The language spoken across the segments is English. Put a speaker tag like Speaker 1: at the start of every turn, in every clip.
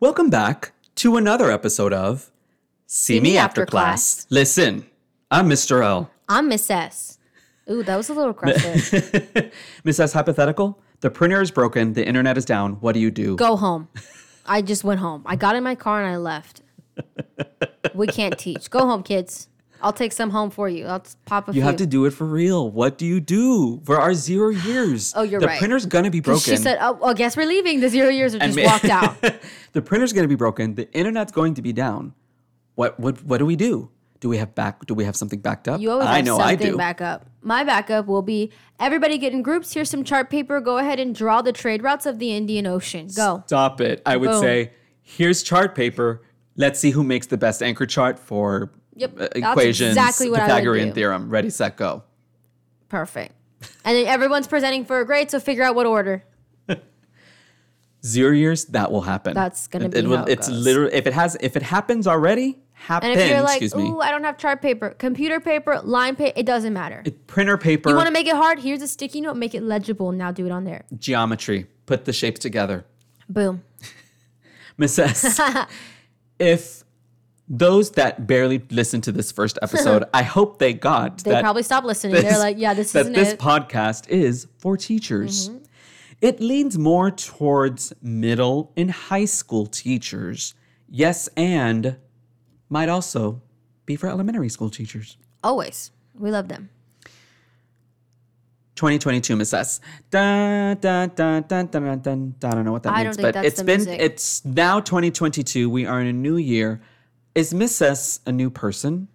Speaker 1: Welcome back to another episode of See Me After Class. Listen, I'm Mr. L.
Speaker 2: I'm Miss S. Ooh, that was a little aggressive.
Speaker 1: Miss S hypothetical. The printer is broken, the internet is down. What do you do?
Speaker 2: Go home. I just went home. I got in my car and I left. We can't teach. Go home, kids. I'll take some home for you. I'll s- pop a
Speaker 1: You
Speaker 2: few.
Speaker 1: have to do it for real. What do you do for our zero years?
Speaker 2: Oh, you're
Speaker 1: the
Speaker 2: right.
Speaker 1: The printer's gonna be broken.
Speaker 2: She said, "Oh, well, guess we're leaving." The zero years are
Speaker 1: And
Speaker 2: just
Speaker 1: ma-
Speaker 2: walked out.
Speaker 1: the printer's gonna be broken. The internet's going to be down. What what what do we do? Do we have back? Do we have something backed up?
Speaker 2: You always
Speaker 1: I
Speaker 2: have
Speaker 1: know I
Speaker 2: something
Speaker 1: do.
Speaker 2: backup. My backup will be everybody get in groups. Here's some chart paper. Go ahead and draw the trade routes of the Indian Ocean. Go.
Speaker 1: Stop it. I would
Speaker 2: Oh. Boom.
Speaker 1: say, here's chart paper. Let's see who makes the best anchor chart for
Speaker 2: Yep,
Speaker 1: uh,
Speaker 2: that's
Speaker 1: equations,
Speaker 2: exactly what I would
Speaker 1: Pythagorean
Speaker 2: do.
Speaker 1: theorem. Ready, set, go.
Speaker 2: Perfect. And then everyone's presenting for a grade, so figure out what order.
Speaker 1: Zero years, that will happen.
Speaker 2: That's gonna
Speaker 1: It-
Speaker 2: be
Speaker 1: It will,
Speaker 2: how it
Speaker 1: it's
Speaker 2: goes.
Speaker 1: literally if it has if it happens already, happen.
Speaker 2: And if you're like,
Speaker 1: excuse me.
Speaker 2: ooh, I don't have chart paper, computer paper, line paper, it doesn't matter.
Speaker 1: Printer paper,
Speaker 2: you want to make it hard? Here's a sticky note. Make it legible. Now do it on there.
Speaker 1: geometry. Put the shapes together.
Speaker 2: Boom.
Speaker 1: Miss S, if those that barely listened to this first episode, I hope they got
Speaker 2: They
Speaker 1: that
Speaker 2: probably stop listening.
Speaker 1: this-
Speaker 2: They're like, yeah, this
Speaker 1: that
Speaker 2: isn't
Speaker 1: this
Speaker 2: it. Mm-hmm.
Speaker 1: podcast is for teachers. It leans more towards middle and high school teachers. Yes, and might also be for elementary school teachers.
Speaker 2: Always. We love them.
Speaker 1: 2022 Miss S. Dun, dun, dun, dun, dun, dun, dun. I don't know what that
Speaker 2: I don't
Speaker 1: means,
Speaker 2: think
Speaker 1: but
Speaker 2: that's
Speaker 1: it's
Speaker 2: the
Speaker 1: been
Speaker 2: music.
Speaker 1: it's now 2022. We are in a new year. Is Miss S a new person?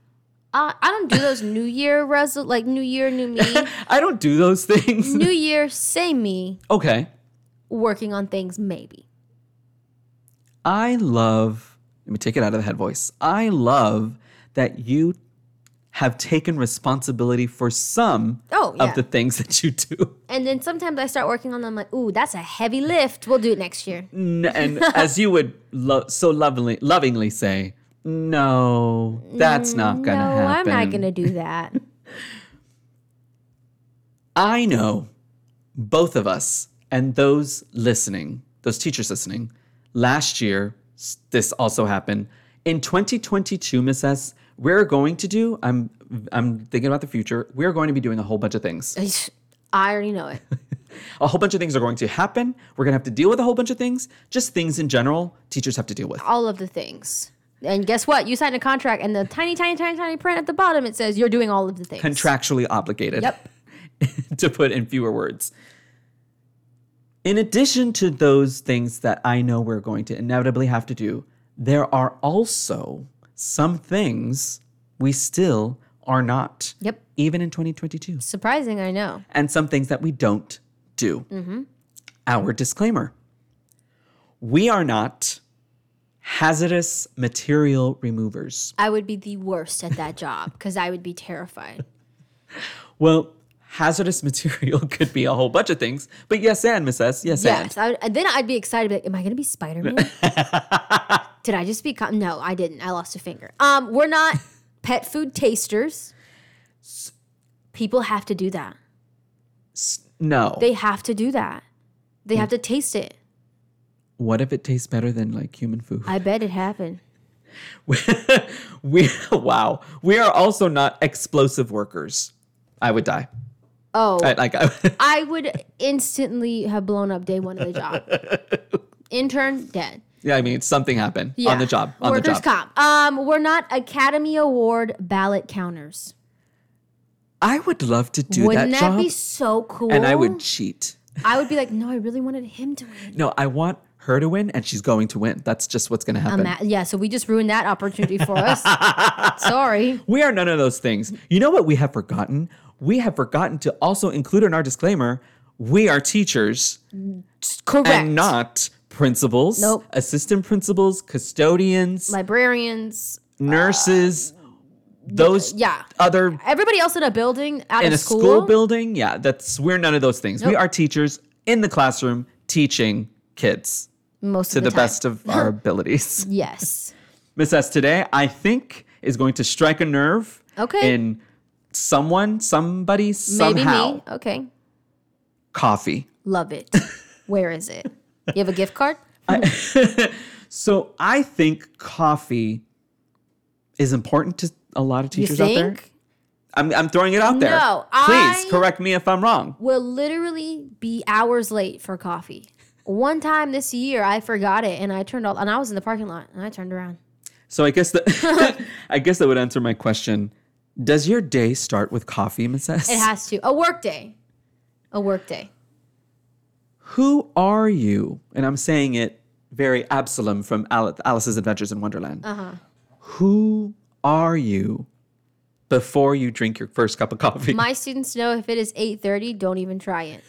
Speaker 2: Uh, I don't do those New Year resol like New Year, new me.
Speaker 1: I don't do those things.
Speaker 2: new Year, same me,
Speaker 1: Okay.
Speaker 2: working on things maybe.
Speaker 1: I love, let me take it out of the head voice. I love that you have taken responsibility for some
Speaker 2: Oh, yeah.
Speaker 1: of the things that you do.
Speaker 2: and then sometimes I start working on them like, ooh, that's a heavy lift. We'll do it next year.
Speaker 1: N- And as you would lo- so lovingly, lovingly say, no, that's not going to
Speaker 2: no, I'm
Speaker 1: happen.
Speaker 2: not going to do that.
Speaker 1: I know both of us and those listening, those teachers listening, last year, s- this also happened. In 2022, Miss S, we're going to do, I'm I'm thinking about the future, we're going to be doing a whole bunch of things.
Speaker 2: I already know it.
Speaker 1: A whole bunch of things are going to happen. We're gonna have to deal with a whole bunch of things, just things in general teachers have to deal with.
Speaker 2: All of the things. And guess what? You signed a contract, and the tiny, tiny, tiny, tiny print at the bottom it says you're doing all of the things.
Speaker 1: Contractually obligated.
Speaker 2: Yep.
Speaker 1: to put in fewer words. In addition to those things that I know we're going to inevitably have to do, there are also some things we still are not,
Speaker 2: Yep.
Speaker 1: even in 2022,
Speaker 2: Surprising, I know.
Speaker 1: and some things that we don't do.
Speaker 2: Mm-hmm.
Speaker 1: Our disclaimer we are not hazardous material removers.
Speaker 2: I would be the worst at that job because I would be terrified.
Speaker 1: Well, hazardous material could be a whole bunch of things, but yes, and Miss S, yes,
Speaker 2: Yes, I would, and then I'd be excited. Like, Am I going to be Spider Man? Did I just become? No, I didn't. I lost a finger. Um, we're not pet food tasters. People have to do that.
Speaker 1: and. No.
Speaker 2: They have to do that. They have to taste it.
Speaker 1: what if it tastes better than like human food?
Speaker 2: I bet it happened.
Speaker 1: we wow. We are also not explosive workers. I would die.
Speaker 2: Oh,
Speaker 1: I, like I,
Speaker 2: I would instantly have blown up day one of the job. Intern dead.
Speaker 1: yeah, I mean something happened on the job. On
Speaker 2: Workers
Speaker 1: the job.
Speaker 2: comp. Um, we're not Academy Award ballot counters.
Speaker 1: I would love to do
Speaker 2: Wouldn't that,
Speaker 1: job,
Speaker 2: be so cool?
Speaker 1: and I would cheat.
Speaker 2: I would be like, no, I really wanted him to win.
Speaker 1: No, I want her to win, and she's going to win. That's just what's going to happen.
Speaker 2: Ima- yeah, so we just ruined that opportunity for us. Sorry.
Speaker 1: We are none of those things. You know what we have forgotten? We have forgotten to also include in our disclaimer we are teachers
Speaker 2: Correct.
Speaker 1: and not principals,
Speaker 2: Nope.
Speaker 1: assistant principals, custodians,
Speaker 2: Librarians,
Speaker 1: nurses, those
Speaker 2: Uh, yeah.
Speaker 1: other
Speaker 2: everybody else in a building out
Speaker 1: in
Speaker 2: of
Speaker 1: a
Speaker 2: school.
Speaker 1: school? building. Yeah, that's we're none of those things. We
Speaker 2: Nope.
Speaker 1: are teachers in the classroom teaching kids
Speaker 2: most
Speaker 1: to
Speaker 2: of the,
Speaker 1: the
Speaker 2: time.
Speaker 1: best of our abilities.
Speaker 2: Yes.
Speaker 1: Miss S today, I think, is going to strike a nerve
Speaker 2: Okay.
Speaker 1: in someone, somebody,
Speaker 2: Maybe
Speaker 1: somehow.
Speaker 2: me. Okay.
Speaker 1: Coffee.
Speaker 2: Love it. Where is it? You have a gift card?
Speaker 1: So I think coffee is important to a lot of
Speaker 2: You
Speaker 1: teachers out there.
Speaker 2: think?
Speaker 1: I'm, I'm throwing it out there.
Speaker 2: No,
Speaker 1: Please
Speaker 2: I-
Speaker 1: correct me if I'm wrong.
Speaker 2: Will literally be hours late for coffee. One time this year, I forgot it and I turned all, and I was in the parking lot and I turned around.
Speaker 1: So I guess that I guess that would answer my question. Does your day start with coffee, Miss S?
Speaker 2: It has to. A work day. A work day.
Speaker 1: Who are you? And I'm saying it very Absalom from Al- Alice's Adventures in Wonderland. Uh-huh. Who are you before you drink your first cup of coffee?
Speaker 2: My students know if it is 8.30, don't even try it.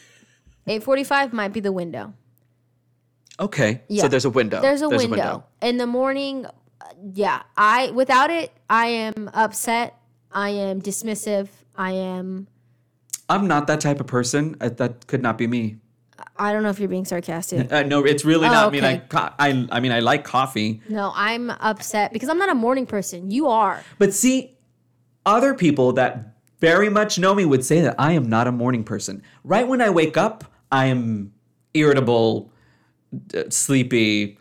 Speaker 2: 8.45 might be the window.
Speaker 1: okay,
Speaker 2: Yeah.
Speaker 1: so Oh, there's a window.
Speaker 2: There's a, window. In the morning, uh, yeah, I without it, I am upset. I am dismissive. I am
Speaker 1: I'm not that type of person. Uh, that could not be me.
Speaker 2: I don't know if you're being sarcastic.
Speaker 1: Uh, no, it's really not me.
Speaker 2: Oh, okay.
Speaker 1: Like co- I, I mean, I like coffee,
Speaker 2: no, I'm upset because I'm not a morning person. You are.
Speaker 1: But see, other people that very much know me would say that I am not a morning person. Right when I wake up, I am irritable, d- sleepy.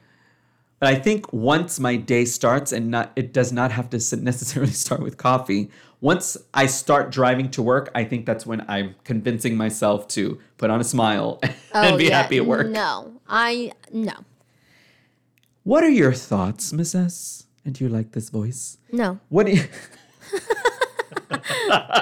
Speaker 1: But I think once my day starts, and not it does not have to s- necessarily start with coffee. Once I start driving to work, I think that's when I'm convincing myself to put on a smile and
Speaker 2: Oh,
Speaker 1: be
Speaker 2: yeah.
Speaker 1: happy at work.
Speaker 2: No. I no.
Speaker 1: What are your thoughts, Miss S? And do you like this voice?
Speaker 2: No.
Speaker 1: What do you?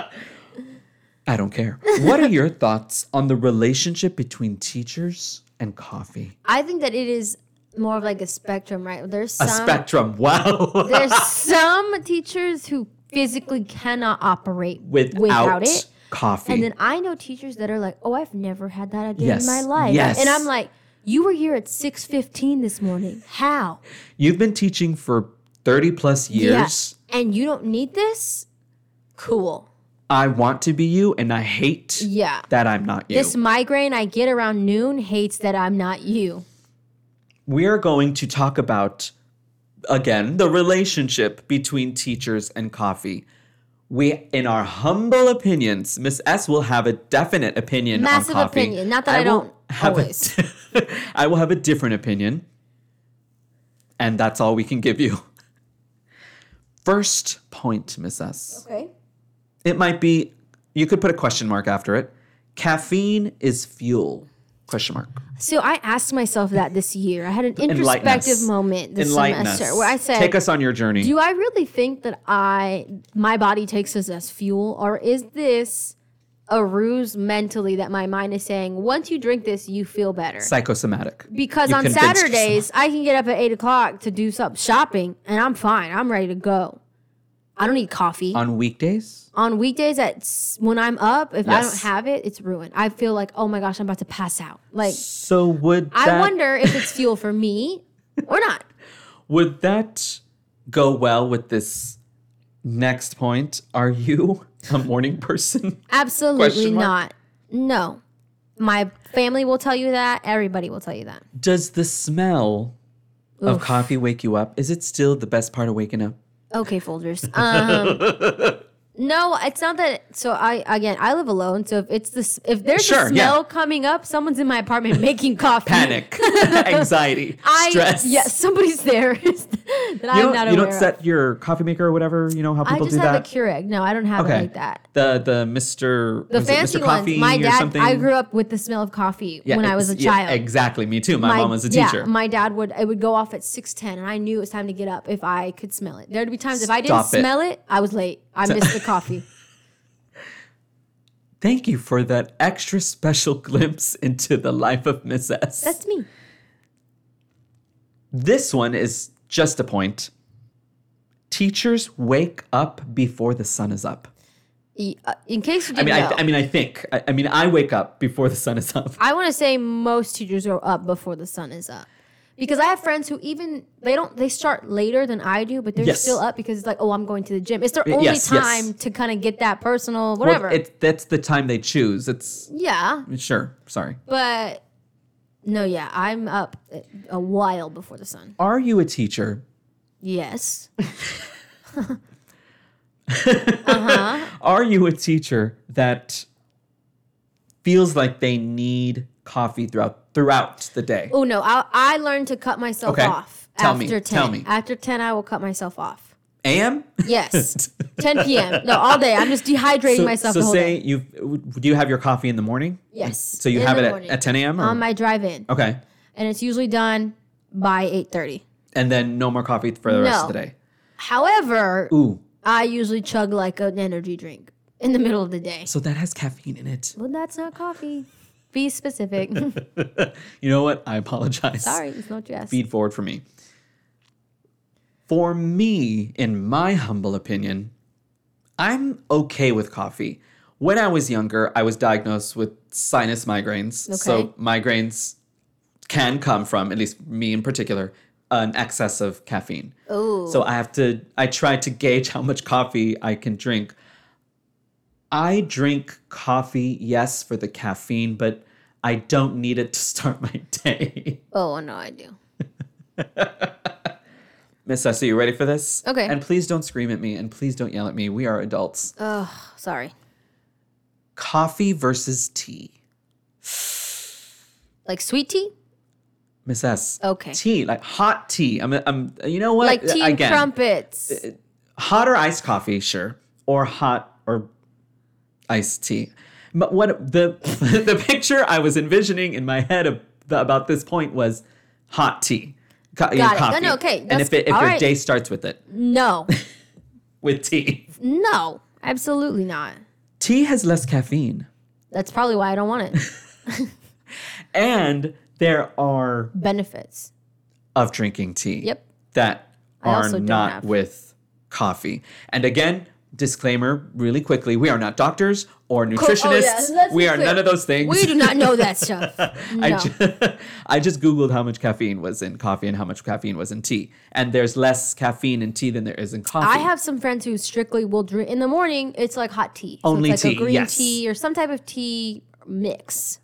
Speaker 1: I don't care. What are your thoughts on the relationship between teachers and coffee?
Speaker 2: I think that it is more of like a spectrum, right? There's
Speaker 1: A
Speaker 2: some
Speaker 1: spectrum. Wow.
Speaker 2: there's some teachers who physically cannot operate
Speaker 1: Without,
Speaker 2: it.
Speaker 1: coffee.
Speaker 2: And then I know teachers that are like, "Oh, I've never had that idea
Speaker 1: Yes.
Speaker 2: in my life,"
Speaker 1: Yes.
Speaker 2: and I'm like, "You were here at 6:15 this morning. How?
Speaker 1: You've been teaching for 30 plus years.
Speaker 2: Yeah. And you don't need this? Cool.
Speaker 1: I want to be you and I hate
Speaker 2: Yeah.
Speaker 1: that I'm not you.
Speaker 2: This migraine I get around noon hates that I'm not you.
Speaker 1: we are going to talk about again the relationship between teachers and coffee. We, in our humble opinions, Miss S will have a definite opinion
Speaker 2: Massive
Speaker 1: on coffee.
Speaker 2: opinion. Not that I
Speaker 1: will
Speaker 2: don't
Speaker 1: have a-
Speaker 2: always.
Speaker 1: I will have a different opinion, and that's all we can give you. First point, Miss S.
Speaker 2: Okay.
Speaker 1: It might be you could put a question mark after it. Caffeine is fuel? Question mark.
Speaker 2: So I asked myself that this year. I had an
Speaker 1: Enlighten us.
Speaker 2: introspective moment this
Speaker 1: Enlighten
Speaker 2: semester
Speaker 1: us.
Speaker 2: where I said,
Speaker 1: "Take us on your journey."
Speaker 2: Do I really think that I my body takes this as fuel, or is this a ruse mentally that my mind is saying once you drink this you feel better?
Speaker 1: Psychosomatic.
Speaker 2: Because
Speaker 1: You
Speaker 2: on
Speaker 1: convinced
Speaker 2: Saturdays I can get up at eight o'clock to do some shopping and I'm fine. I'm ready to go. I don't need coffee on,
Speaker 1: on weekdays
Speaker 2: weekdays. At s- when I'm up, if I
Speaker 1: Yes.
Speaker 2: don't have it, it's ruined. I feel like oh my gosh, I'm about to pass out. Like
Speaker 1: so would that,
Speaker 2: I wonder if it's fuel for me or not.
Speaker 1: would that go well with this next point are you a morning person
Speaker 2: Absolutely
Speaker 1: Question mark?
Speaker 2: not. No. My family will tell you that. Everybody will tell you that.
Speaker 1: does the smell of
Speaker 2: Oof.
Speaker 1: coffee wake you up is it still the best part of waking up
Speaker 2: Okay, Folgers. Um, no, it's not that. So I again, I live alone. So if it's this, if there's
Speaker 1: Sure,
Speaker 2: a smell
Speaker 1: yeah.
Speaker 2: coming up, someone's in my apartment making coffee.
Speaker 1: panic anxiety
Speaker 2: I,
Speaker 1: stress
Speaker 2: Yeah, somebody's there that
Speaker 1: you
Speaker 2: I'm
Speaker 1: don't,
Speaker 2: not
Speaker 1: you
Speaker 2: aware
Speaker 1: don't
Speaker 2: of.
Speaker 1: set your coffee maker or whatever you know how
Speaker 2: I
Speaker 1: people
Speaker 2: just
Speaker 1: do
Speaker 2: have
Speaker 1: that
Speaker 2: a Keurig. No, I don't have it like that.
Speaker 1: the the mr
Speaker 2: The
Speaker 1: was it
Speaker 2: fancy
Speaker 1: mr coffee
Speaker 2: ones. My
Speaker 1: or
Speaker 2: dad.
Speaker 1: something
Speaker 2: I grew up with the smell of coffee
Speaker 1: Yeah,
Speaker 2: when I was a
Speaker 1: ex- yeah,
Speaker 2: child.
Speaker 1: exactly me too my, mom was a
Speaker 2: yeah,
Speaker 1: teacher
Speaker 2: my dad would it would go off at six ten, and I knew it was time to get up if I could smell it. There'd be times if I didn't
Speaker 1: Stop it.
Speaker 2: smell it, I was late. I missed the coffee.
Speaker 1: Thank you for that extra special glimpse into the life of Miss S.
Speaker 2: That's me.
Speaker 1: this one is just a point. Teachers wake up before the sun is up.
Speaker 2: E- uh, In case
Speaker 1: I
Speaker 2: you didn't
Speaker 1: mean, I,
Speaker 2: know,
Speaker 1: I mean, I think. I, I mean, I wake up before the sun is up.
Speaker 2: I want to say most teachers are up before the sun is up. Because I have friends who even they don't they start later than I do, but they're
Speaker 1: Yes.
Speaker 2: still up because it's like, oh, I'm going to the gym. It's their
Speaker 1: Y-
Speaker 2: only
Speaker 1: yes, yes.
Speaker 2: time to kind of get that personal,
Speaker 1: Well,
Speaker 2: whatever.
Speaker 1: it's- that's the time they choose. It's
Speaker 2: yeah,
Speaker 1: sure. Sorry.
Speaker 2: but no, yeah, I'm up a- a while before the sun.
Speaker 1: Are you a teacher?
Speaker 2: Yes,
Speaker 1: Are you a teacher that feels like they need coffee throughout throughout the day.
Speaker 2: Oh no, I, I learned to cut myself
Speaker 1: Okay.
Speaker 2: off
Speaker 1: Tell
Speaker 2: after
Speaker 1: me.
Speaker 2: ten.
Speaker 1: Tell me.
Speaker 2: After ten, I will cut myself off.
Speaker 1: AM?
Speaker 2: Yes, ten p.m. No, all day. I'm just dehydrating myself
Speaker 1: so
Speaker 2: the whole
Speaker 1: say
Speaker 2: day.
Speaker 1: you do you have your coffee in the morning?
Speaker 2: Yes,
Speaker 1: So you
Speaker 2: in
Speaker 1: have
Speaker 2: the
Speaker 1: it at,
Speaker 2: morning.
Speaker 1: at 10 a.m. or-
Speaker 2: on my drive-in,
Speaker 1: okay,
Speaker 2: and it's usually done by eight thirty.
Speaker 1: and then no more coffee for the rest of the
Speaker 2: No.
Speaker 1: day.
Speaker 2: However,
Speaker 1: Ooh,
Speaker 2: I usually chug like an energy drink in the middle of the day.
Speaker 1: so that has caffeine in it.
Speaker 2: Well, that's not coffee. Be specific.
Speaker 1: You know what? I apologize.
Speaker 2: Sorry, it's not just.
Speaker 1: Feed forward for me. For me, in my humble opinion, I'm okay with coffee. When I was younger, I was diagnosed with sinus migraines. So
Speaker 2: Okay.
Speaker 1: migraines can come from, at least me in particular, an excess of caffeine.
Speaker 2: Oh,
Speaker 1: So I have to, I try to gauge how much coffee I can drink. I drink coffee, yes, for the caffeine, but I don't need it to start my day.
Speaker 2: oh no, I do.
Speaker 1: Miss Sessa, you ready for this?
Speaker 2: Okay.
Speaker 1: And please don't scream at me and please don't yell at me. We are adults.
Speaker 2: Oh, sorry.
Speaker 1: Coffee versus tea.
Speaker 2: Like sweet tea,
Speaker 1: Miss S.
Speaker 2: Okay.
Speaker 1: Tea, like hot tea. I'm, I'm you know what?
Speaker 2: like tea and
Speaker 1: Again, uh,
Speaker 2: crumpets.
Speaker 1: hot or iced coffee, sure, or hot or iced tea. But what the the picture I was envisioning in my head ab- about this point was hot tea. Co- you know,
Speaker 2: Got it. No,
Speaker 1: coffee.
Speaker 2: no, okay.
Speaker 1: And
Speaker 2: That's-
Speaker 1: if, it, if
Speaker 2: all
Speaker 1: your
Speaker 2: right.
Speaker 1: day starts with it,
Speaker 2: no,
Speaker 1: with tea,
Speaker 2: no, absolutely not.
Speaker 1: tea has less caffeine,
Speaker 2: That's probably why I don't want it.
Speaker 1: and there are
Speaker 2: Benefits.
Speaker 1: of drinking tea.
Speaker 2: Yep.
Speaker 1: That
Speaker 2: I
Speaker 1: are
Speaker 2: also don't
Speaker 1: not
Speaker 2: have.
Speaker 1: with coffee. And again, disclaimer really quickly we are not doctors or nutritionists.
Speaker 2: oh, let's
Speaker 1: we
Speaker 2: be
Speaker 1: are
Speaker 2: clear.
Speaker 1: none of those things.
Speaker 2: We do not know that stuff. No.
Speaker 1: I, ju- I just Googled how much caffeine was in coffee and how much caffeine was in tea. And there's less caffeine in tea than there is in coffee.
Speaker 2: I have some friends who strictly will drink in the morning. It's like hot tea, So
Speaker 1: Only
Speaker 2: it's like
Speaker 1: tea,
Speaker 2: a green
Speaker 1: yes.
Speaker 2: tea or some type of tea mix.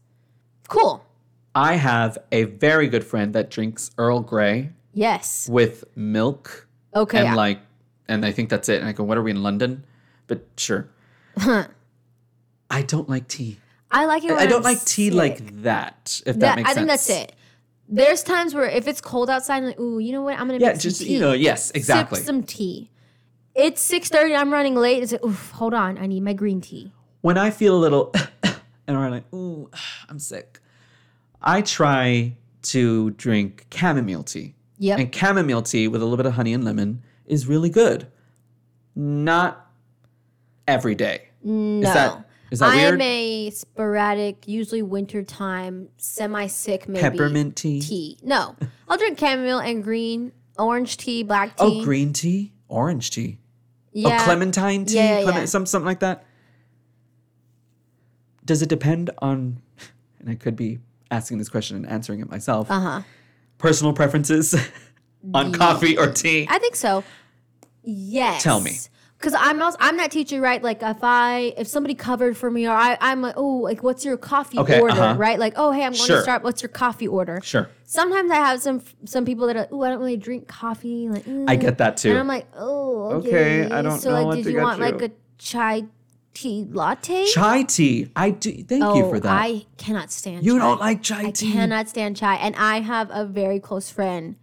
Speaker 2: Cool.
Speaker 1: I have a very good friend that drinks Earl Grey
Speaker 2: Yes.
Speaker 1: with milk
Speaker 2: Okay.
Speaker 1: and like, and I think that's it. And I go, what are we in London? But sure. I don't like tea.
Speaker 2: I like it. When
Speaker 1: I don't
Speaker 2: I'm
Speaker 1: like tea
Speaker 2: sick.
Speaker 1: like that. If that,
Speaker 2: That-
Speaker 1: makes
Speaker 2: I think
Speaker 1: sense.
Speaker 2: that's it. There's times where if it's cold outside, I'm like, ooh, you know what? I'm gonna
Speaker 1: Yeah,
Speaker 2: make
Speaker 1: just
Speaker 2: some tea.
Speaker 1: you know, yes, exactly.
Speaker 2: Sip some tea. It's six thirty. I'm running late. It's like, oof, hold on. I need my green tea.
Speaker 1: when I feel a little and I'm like, ooh, I'm sick, I try to drink chamomile tea.
Speaker 2: Yep.
Speaker 1: And chamomile tea with a little bit of honey and lemon is really good. Not every day.
Speaker 2: no.
Speaker 1: Is that is that
Speaker 2: I
Speaker 1: weird?
Speaker 2: am a sporadic, usually wintertime, semi sick, maybe
Speaker 1: Peppermint tea?
Speaker 2: tea. No, I'll drink chamomile and green, orange tea, black tea.
Speaker 1: Oh, green tea, orange tea.
Speaker 2: Yeah.
Speaker 1: Oh, clementine tea,
Speaker 2: Yeah, yeah,
Speaker 1: clemen-
Speaker 2: yeah.
Speaker 1: some something like that. Does it depend on? And I could be asking this question and answering it myself.
Speaker 2: Uh huh.
Speaker 1: Personal preferences on coffee or tea.
Speaker 2: I think so. Yes.
Speaker 1: Tell me.
Speaker 2: Because I'm also I'm that teacher, right? Like if I if somebody covered for me or I I'm like, oh, like what's your coffee
Speaker 1: Okay,
Speaker 2: order,
Speaker 1: uh-huh.
Speaker 2: right? Like, oh hey, I'm going
Speaker 1: Sure.
Speaker 2: to start. What's your coffee order?
Speaker 1: sure,
Speaker 2: Sometimes I have some some people that are, oh, I don't really drink coffee. Like,
Speaker 1: I
Speaker 2: mm.
Speaker 1: get that too.
Speaker 2: And I'm like, oh,
Speaker 1: Okay,
Speaker 2: okay.
Speaker 1: I don't
Speaker 2: so
Speaker 1: know
Speaker 2: like,
Speaker 1: what
Speaker 2: did
Speaker 1: to
Speaker 2: you
Speaker 1: get
Speaker 2: want like
Speaker 1: you.
Speaker 2: a chai tea latte?
Speaker 1: chai tea. I do. Thank
Speaker 2: oh,
Speaker 1: you for that.
Speaker 2: I cannot stand.
Speaker 1: you
Speaker 2: chai.
Speaker 1: don't like chai
Speaker 2: I
Speaker 1: tea.
Speaker 2: cannot stand chai, and I have a very close friend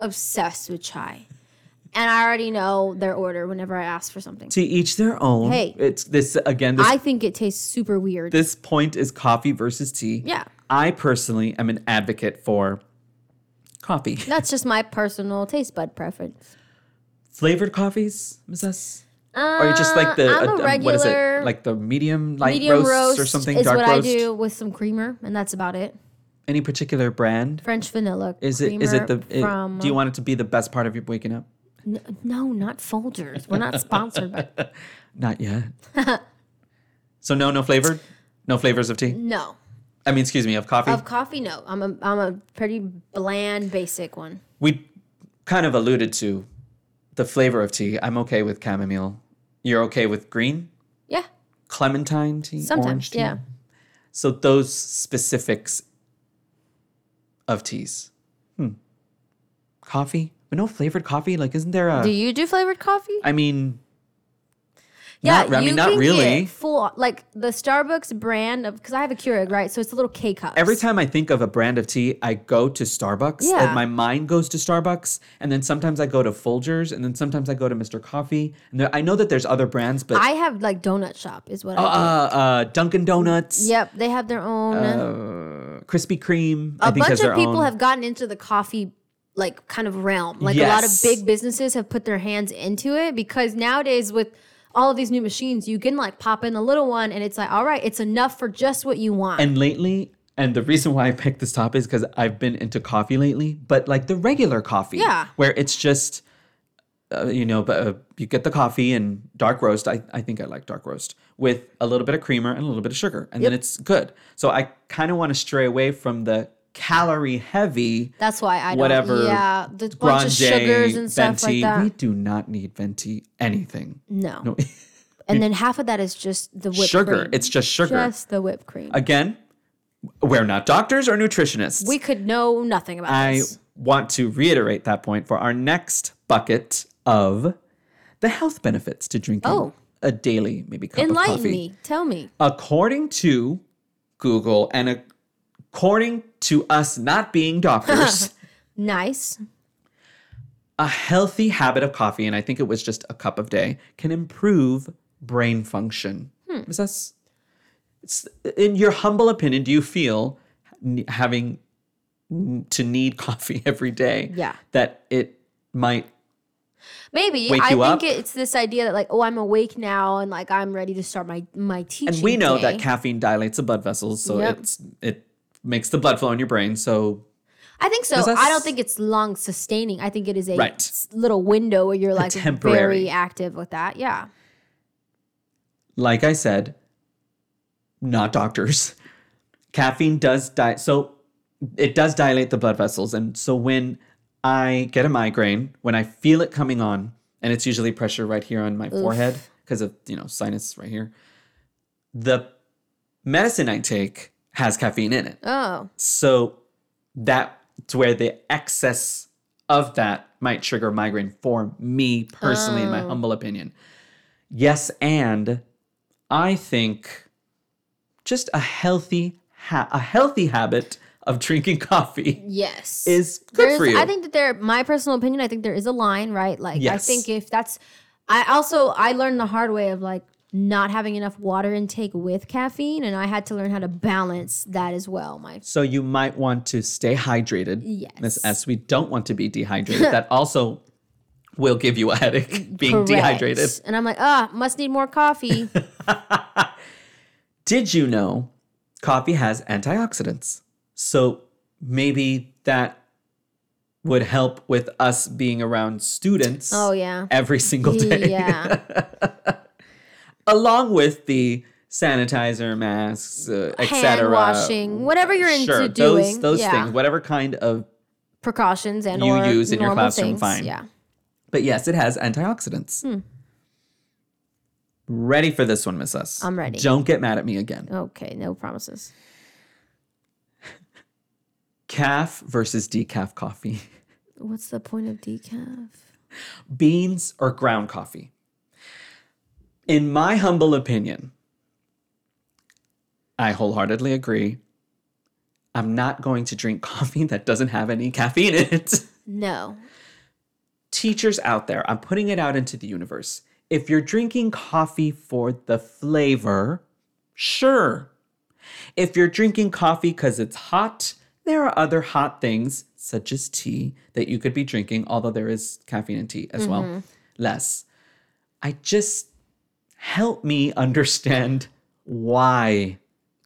Speaker 2: obsessed with chai, and I already know their order whenever I ask for something.
Speaker 1: to each their own.
Speaker 2: Hey.
Speaker 1: it's this again. This
Speaker 2: I think it tastes super weird.
Speaker 1: this point is coffee versus tea.
Speaker 2: Yeah.
Speaker 1: I personally am an advocate for coffee.
Speaker 2: That's just my personal taste bud preference.
Speaker 1: Flavored coffees, Ms. S?
Speaker 2: Uh,
Speaker 1: or just like the
Speaker 2: I'm a
Speaker 1: uh, um,
Speaker 2: regular
Speaker 1: what is it like the medium light
Speaker 2: medium
Speaker 1: roasts
Speaker 2: roast
Speaker 1: or something
Speaker 2: is
Speaker 1: dark
Speaker 2: what
Speaker 1: roast
Speaker 2: I do with some creamer, and that's about it.
Speaker 1: any particular brand
Speaker 2: French vanilla.
Speaker 1: is it is it the
Speaker 2: creamer
Speaker 1: it-
Speaker 2: from?
Speaker 1: do you want it to be the best part of your waking up
Speaker 2: N- no, not Folgers. We're not sponsored by.
Speaker 1: not yet so no no flavored no flavors of tea
Speaker 2: No,
Speaker 1: i mean excuse me of coffee
Speaker 2: of coffee, no. I'm a I'm a pretty bland, basic one.
Speaker 1: we kind of alluded to the flavor of tea i'm okay with chamomile you're okay with green
Speaker 2: Yeah,
Speaker 1: clementine tea
Speaker 2: sometimes.
Speaker 1: orange tea
Speaker 2: Yeah,
Speaker 1: so those specifics of teas hmm coffee but no flavored coffee like isn't there a
Speaker 2: Do you do flavored coffee?
Speaker 1: I mean, Not- I mean, not
Speaker 2: can
Speaker 1: really.
Speaker 2: get Full like the Starbucks brand of because I have a Keurig, right? So it's a little K cup.
Speaker 1: Every time I think of a brand of tea, I go to Starbucks.
Speaker 2: Yeah.
Speaker 1: And my mind goes to Starbucks. And then sometimes I go to Folgers. And then sometimes I go to Mr. Coffee. And there, I know that there's other brands, but
Speaker 2: I have like donut shop is what
Speaker 1: uh,
Speaker 2: I
Speaker 1: uh, Dunkin' Donuts,
Speaker 2: do. Yep, they have their own.
Speaker 1: Krispy Kreme. I
Speaker 2: a
Speaker 1: think
Speaker 2: bunch
Speaker 1: has
Speaker 2: of
Speaker 1: their
Speaker 2: people
Speaker 1: own.
Speaker 2: have gotten into the coffee like kind of realm. Like a lot of
Speaker 1: Yes.
Speaker 2: big businesses have put their hands into it because nowadays with all of these new machines, you can like pop in a little one and it's like, all right, it's enough for just what you want.
Speaker 1: And lately, and the reason why I picked this top is because I've been into coffee lately, but like the regular coffee.
Speaker 2: Yeah.
Speaker 1: Where it's just, uh, you know, but uh, you get the coffee and dark roast. I, I think I like dark roast with a little bit of creamer and a little bit of sugar, and then it's good. So I kind of want to stray away from the calorie heavy.
Speaker 2: That's why I don't.
Speaker 1: whatever
Speaker 2: Yeah, the bunch of sugars and stuff
Speaker 1: venti.
Speaker 2: like that.
Speaker 1: We do not need venti anything.
Speaker 2: no. and then half of that is just the whipped
Speaker 1: sugar.
Speaker 2: cream.
Speaker 1: It's just sugar.
Speaker 2: just the whipped cream.
Speaker 1: Again, we're not doctors or nutritionists.
Speaker 2: we could know nothing about
Speaker 1: I
Speaker 2: this.
Speaker 1: want to reiterate that point for our next bucket of the health benefits to drinking
Speaker 2: Oh.
Speaker 1: a daily maybe cup of
Speaker 2: Enlighten
Speaker 1: coffee.
Speaker 2: me. Tell me.
Speaker 1: According to Google and according to us not being doctors,
Speaker 2: Nice.
Speaker 1: a healthy habit of coffee, and I think it was just a cup of day, can improve brain function.
Speaker 2: Hmm.
Speaker 1: Is that, it's, in your humble opinion, do you feel n- having n- to need coffee every day?
Speaker 2: Yeah.
Speaker 1: That it might
Speaker 2: Maybe
Speaker 1: Wake
Speaker 2: I
Speaker 1: you
Speaker 2: think
Speaker 1: up?
Speaker 2: it's this idea that like, oh, I'm awake now and like I'm ready to start my my teaching.
Speaker 1: and we know
Speaker 2: day.
Speaker 1: that caffeine dilates the blood vessels, so
Speaker 2: Yep.
Speaker 1: it's it makes the blood flow in your brain. So
Speaker 2: I think so.
Speaker 1: 'Cause that's-
Speaker 2: I don't think it's long sustaining. I think it is a
Speaker 1: Right.
Speaker 2: s- little window where you're like
Speaker 1: temporary.
Speaker 2: very active with that. Yeah.
Speaker 1: like I said, not doctors. Caffeine does di- so it does dilate the blood vessels, and so when I get a migraine, when I feel it coming on, and it's usually pressure right here on my forehead because of you know sinus right here, the medicine I take has caffeine in it,
Speaker 2: Oh,
Speaker 1: so that's where the excess of that might trigger migraine for me personally, in my
Speaker 2: Oh.
Speaker 1: humble opinion. Yes, and I think just a healthy ha- a healthy habit of drinking coffee
Speaker 2: yes.
Speaker 1: is good
Speaker 2: There's-
Speaker 1: for you.
Speaker 2: I think that there, my personal opinion, I think there is a line, right? Like, I
Speaker 1: Yes.
Speaker 2: think if that's, I also, I learned the hard way of like not having enough water intake with caffeine, and I had to learn how to balance that as well. My,
Speaker 1: so you might want to stay hydrated.
Speaker 2: Yes.
Speaker 1: Miss S, we don't want to be dehydrated. that also will give you a headache being
Speaker 2: Correct.
Speaker 1: dehydrated.
Speaker 2: And I'm like, ah, must need more coffee.
Speaker 1: Did you know coffee has antioxidants? So maybe that would help with us being around students
Speaker 2: oh, yeah.
Speaker 1: every single day,
Speaker 2: Yeah.
Speaker 1: along with the sanitizer masks, uh,
Speaker 2: Hand
Speaker 1: etc.
Speaker 2: washing, whatever you're into
Speaker 1: Sure,
Speaker 2: doing.
Speaker 1: those those
Speaker 2: yeah.
Speaker 1: things, whatever kind of.
Speaker 2: Precautions and
Speaker 1: you
Speaker 2: or
Speaker 1: use in your
Speaker 2: normal
Speaker 1: classroom,
Speaker 2: things.
Speaker 1: fine.
Speaker 2: Yeah.
Speaker 1: But yes, it has antioxidants.
Speaker 2: Hmm.
Speaker 1: Ready for this one, Miss S?
Speaker 2: I'm ready.
Speaker 1: Don't get mad at me again.
Speaker 2: Okay. No promises.
Speaker 1: Calf versus decaf coffee.
Speaker 2: What's the point of decaf?
Speaker 1: beans or ground coffee. In my humble opinion, I wholeheartedly agree. I'm not going to drink coffee that doesn't have any caffeine in it.
Speaker 2: No.
Speaker 1: Teachers out there, I'm putting it out into the universe. If you're drinking coffee for the flavor, sure. If you're drinking coffee because it's hot, there are other hot things, such as tea, that you could be drinking, although there is caffeine in tea as
Speaker 2: Mm-hmm.
Speaker 1: well, less. I just help me understand why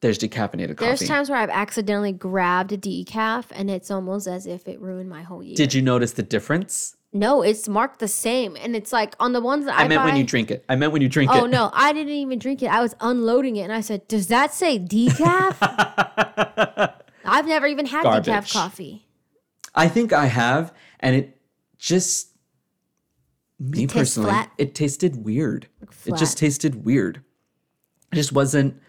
Speaker 1: there's decaffeinated coffee.
Speaker 2: There's times where I've accidentally grabbed a decaf and it's almost as if it ruined my whole year.
Speaker 1: Did you notice the difference?
Speaker 2: no, it's marked the same. And it's like on the ones that I,
Speaker 1: I, meant when
Speaker 2: buy-
Speaker 1: you drink it. I meant when you drink
Speaker 2: Oh
Speaker 1: it.
Speaker 2: no, I didn't even drink it. I was unloading it and I said, Does that say decaf? I've never even had
Speaker 1: Garbage.
Speaker 2: decaf coffee.
Speaker 1: I think I have, and it just me
Speaker 2: tastes
Speaker 1: personally,
Speaker 2: flat?
Speaker 1: it tasted weird. It
Speaker 2: flat.
Speaker 1: just tasted weird. It just wasn't.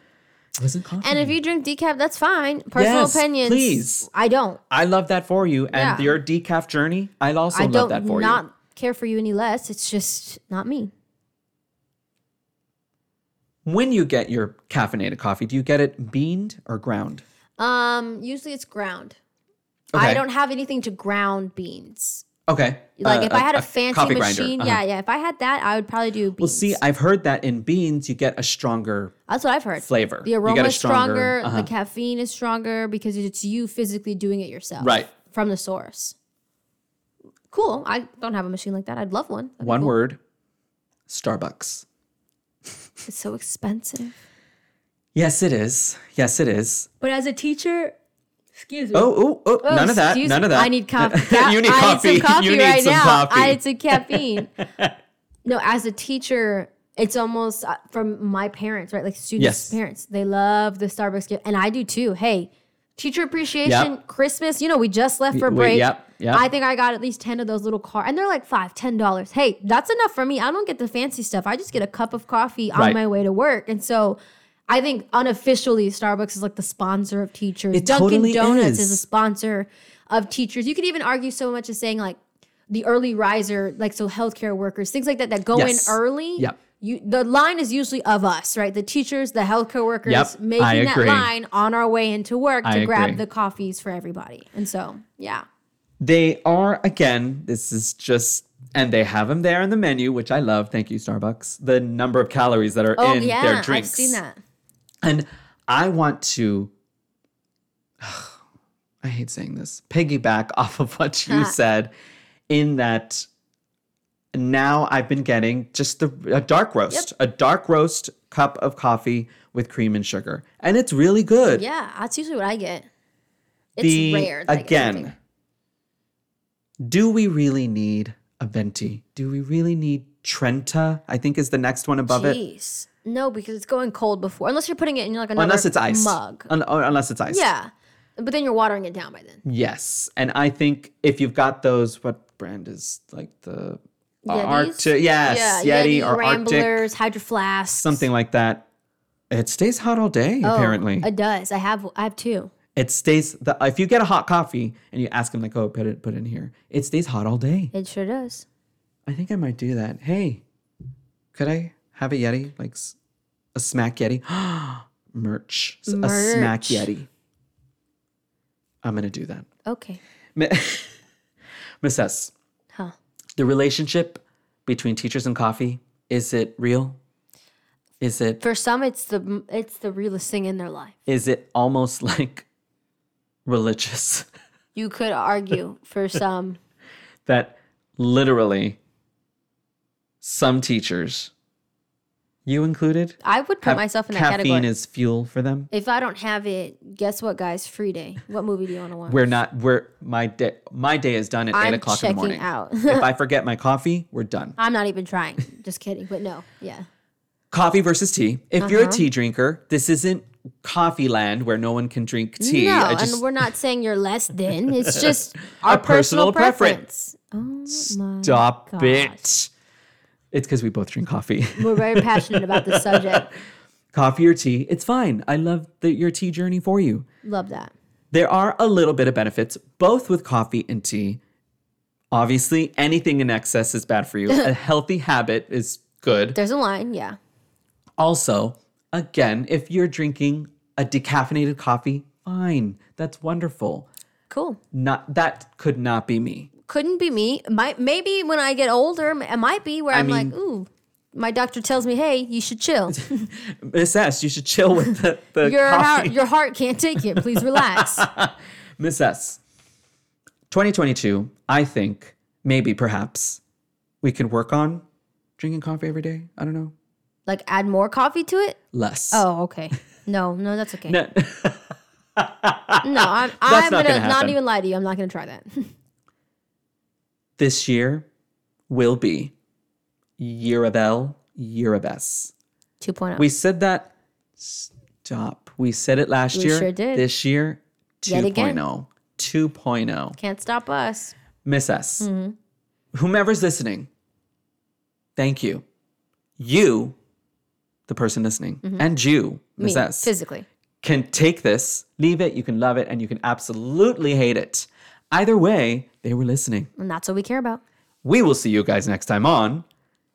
Speaker 1: It wasn't coffee.
Speaker 2: And if you drink decaf, that's fine. Personal
Speaker 1: Hmm. Yes,
Speaker 2: opinions.
Speaker 1: please.
Speaker 2: I don't.
Speaker 1: I love that for you, and
Speaker 2: Yeah.
Speaker 1: your decaf journey. I also
Speaker 2: I
Speaker 1: love
Speaker 2: don't
Speaker 1: that for
Speaker 2: not
Speaker 1: you.
Speaker 2: care for you any less. It's just not me.
Speaker 1: When you get your caffeinated coffee, do you get it beaned or ground?
Speaker 2: Um, usually it's ground. I
Speaker 1: Okay.
Speaker 2: don't have anything to ground beans.
Speaker 1: Okay.
Speaker 2: Like
Speaker 1: Uh,
Speaker 2: if I had a,
Speaker 1: a
Speaker 2: fancy
Speaker 1: coffee grinder,
Speaker 2: machine,
Speaker 1: uh-huh.
Speaker 2: yeah, yeah. If I had that, I would probably do beans.
Speaker 1: Well, see, I've heard that in beans you get a stronger
Speaker 2: That's what I've heard.
Speaker 1: flavor.
Speaker 2: The
Speaker 1: You
Speaker 2: aroma
Speaker 1: get a
Speaker 2: is stronger,
Speaker 1: stronger, uh-huh.
Speaker 2: the caffeine is stronger because it's you physically doing it yourself.
Speaker 1: Right.
Speaker 2: From the source. Cool. I don't have a machine like that. I'd love one. That'd be
Speaker 1: one
Speaker 2: cool.
Speaker 1: word. Starbucks.
Speaker 2: It's so expensive.
Speaker 1: Yes, it is. Yes, it is.
Speaker 2: But as a teacher, excuse me.
Speaker 1: Oh, oh, oh! none of that.
Speaker 2: excuse
Speaker 1: None
Speaker 2: me.
Speaker 1: of that.
Speaker 2: I need coffee. Ca-
Speaker 1: you need
Speaker 2: I
Speaker 1: coffee.
Speaker 2: Need some coffee
Speaker 1: you need
Speaker 2: right
Speaker 1: some
Speaker 2: now.
Speaker 1: coffee.
Speaker 2: I need some caffeine. no, as a teacher, it's almost uh, from my parents, right? Like students'
Speaker 1: Yes.
Speaker 2: parents, they love the Starbucks gift, and I do too. Hey, teacher appreciation,
Speaker 1: Yep.
Speaker 2: Christmas. You know, we just left for
Speaker 1: we-
Speaker 2: break.
Speaker 1: yep, yep.
Speaker 2: I think I got at least ten of those little cards, and they're like five, ten dollars. Hey, that's enough for me. I don't get the fancy stuff. I just get a cup of coffee on
Speaker 1: Right.
Speaker 2: my way to work, and so. I think unofficially, Starbucks is like the sponsor of teachers.
Speaker 1: It
Speaker 2: Dunkin'
Speaker 1: totally
Speaker 2: Donuts is.
Speaker 1: is.
Speaker 2: a sponsor of teachers. You could even argue so much as saying like the early riser, like so healthcare workers, things like that that go
Speaker 1: Yes.
Speaker 2: in early.
Speaker 1: Yep.
Speaker 2: You, the line is usually of us, right? The teachers, the healthcare workers,
Speaker 1: Yep,
Speaker 2: making
Speaker 1: I
Speaker 2: that
Speaker 1: agree.
Speaker 2: line on our way into work to
Speaker 1: I
Speaker 2: grab
Speaker 1: agree.
Speaker 2: the coffees for everybody. And so, yeah,
Speaker 1: They are again. This is just, and they have them there in the menu, which I love. Thank you, Starbucks. The number of calories that are
Speaker 2: oh
Speaker 1: in
Speaker 2: yeah,
Speaker 1: their drinks.
Speaker 2: I've seen that.
Speaker 1: And I want to, I hate saying this, piggyback off of what you said, in that now I've been getting just the a dark roast, a dark roast cup of coffee with cream and sugar, and it's really good.
Speaker 2: Yeah, that's usually what I get. It's
Speaker 1: the,
Speaker 2: rare. that I get
Speaker 1: Again,
Speaker 2: anything.
Speaker 1: do we really need a venti? Do we really need Trenta? I think is the next one above it.
Speaker 2: Jeez. No, because it's going cold before. Unless you're putting it in like another
Speaker 1: Unless it's iced.
Speaker 2: mug.
Speaker 1: Un- unless it's iced.
Speaker 2: Yeah. But then you're watering it down by then.
Speaker 1: Yes, and I think if you've got those, what brand is like the
Speaker 2: Yetis?
Speaker 1: Uh, Arctic? Yes, Yeti, or Arctic,
Speaker 2: Ramblers, Hydro Flask.
Speaker 1: something like that. It stays hot all day. apparently,
Speaker 2: Oh, It does. I have I have two.
Speaker 1: it stays. The, if you get a hot coffee and you ask them like, "Oh, put it put it in here," it stays hot all day.
Speaker 2: It sure does.
Speaker 1: I think I might do that. Hey, could I have a Yeti, like s- a Smack Yeti? Merch, S- a Smack
Speaker 2: Merch.
Speaker 1: Yeti. I'm gonna do that,
Speaker 2: Okay.
Speaker 1: Mi- Miss S.
Speaker 2: Huh.
Speaker 1: the relationship between teachers and coffee is it real is it
Speaker 2: For some it's the it's the realest thing in their life.
Speaker 1: is it almost like religious
Speaker 2: You could argue for some
Speaker 1: that literally some teachers you included
Speaker 2: I would put
Speaker 1: have-
Speaker 2: myself in that
Speaker 1: caffeine
Speaker 2: category.
Speaker 1: is fuel for them
Speaker 2: if I don't have it, guess what guys? Free day. What movie do you want to watch?
Speaker 1: we're not we're my day my day is done at
Speaker 2: I'm
Speaker 1: 8 o'clock in the
Speaker 2: checking
Speaker 1: morning
Speaker 2: out.
Speaker 1: if i forget my coffee we're done
Speaker 2: I'm not even trying. Just kidding. But no. Yeah.
Speaker 1: coffee versus tea if you're
Speaker 2: Uh-huh.
Speaker 1: a tea drinker this isn't coffee land where no one can drink tea
Speaker 2: No,
Speaker 1: I just-
Speaker 2: and we're not saying you're less than. It's just our
Speaker 1: personal
Speaker 2: personal,
Speaker 1: preference.
Speaker 2: preference. Oh my
Speaker 1: Stop
Speaker 2: gosh.
Speaker 1: it. It's because we both drink coffee.
Speaker 2: We're very passionate about this subject.
Speaker 1: coffee or tea, it's fine. I love the, your tea journey for you.
Speaker 2: Love that.
Speaker 1: There are a little bit of benefits, both with coffee and tea. Obviously, anything in excess is bad for you. a healthy habit is good.
Speaker 2: There's a line, yeah.
Speaker 1: Also, again, if you're drinking a decaffeinated coffee, fine. That's wonderful.
Speaker 2: Cool.
Speaker 1: Not that could not be me.
Speaker 2: Couldn't be me. Might maybe when I get older, m- it might be where I am like, ooh, my doctor tells me, hey, you should chill.
Speaker 1: Miss S, you should chill with the, the
Speaker 2: Your
Speaker 1: coffee.
Speaker 2: heart, your heart can't take it. Please relax.
Speaker 1: Miss S, 2022, I think, maybe, perhaps, we could work on drinking coffee every day. I don't know.
Speaker 2: like add more coffee to it.
Speaker 1: Less.
Speaker 2: Oh, okay. No, no, that's okay. No,
Speaker 1: No,
Speaker 2: I'm, I'm
Speaker 1: not
Speaker 2: gonna,
Speaker 1: gonna
Speaker 2: not
Speaker 1: happen.
Speaker 2: even lie to you. I'm not gonna try that.
Speaker 1: this year will be year of L, year of S.
Speaker 2: 2.0.
Speaker 1: We said that. Stop. We said it last
Speaker 2: We
Speaker 1: year.
Speaker 2: sure did.
Speaker 1: This year, oh.
Speaker 2: Yet again.
Speaker 1: 2.0. 2.0.
Speaker 2: can't stop us.
Speaker 1: oh. Miss S,
Speaker 2: Mm-hmm.
Speaker 1: whomever's listening, thank you. You, the person listening, and you, Miss
Speaker 2: Mm-hmm. Me,
Speaker 1: S,
Speaker 2: physically.
Speaker 1: can take this, leave it, you can love it, and you can absolutely hate it. Either way, they were listening.
Speaker 2: And that's what we care about.
Speaker 1: We will see you guys next time on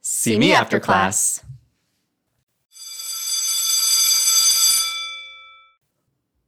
Speaker 2: See,
Speaker 1: me after class.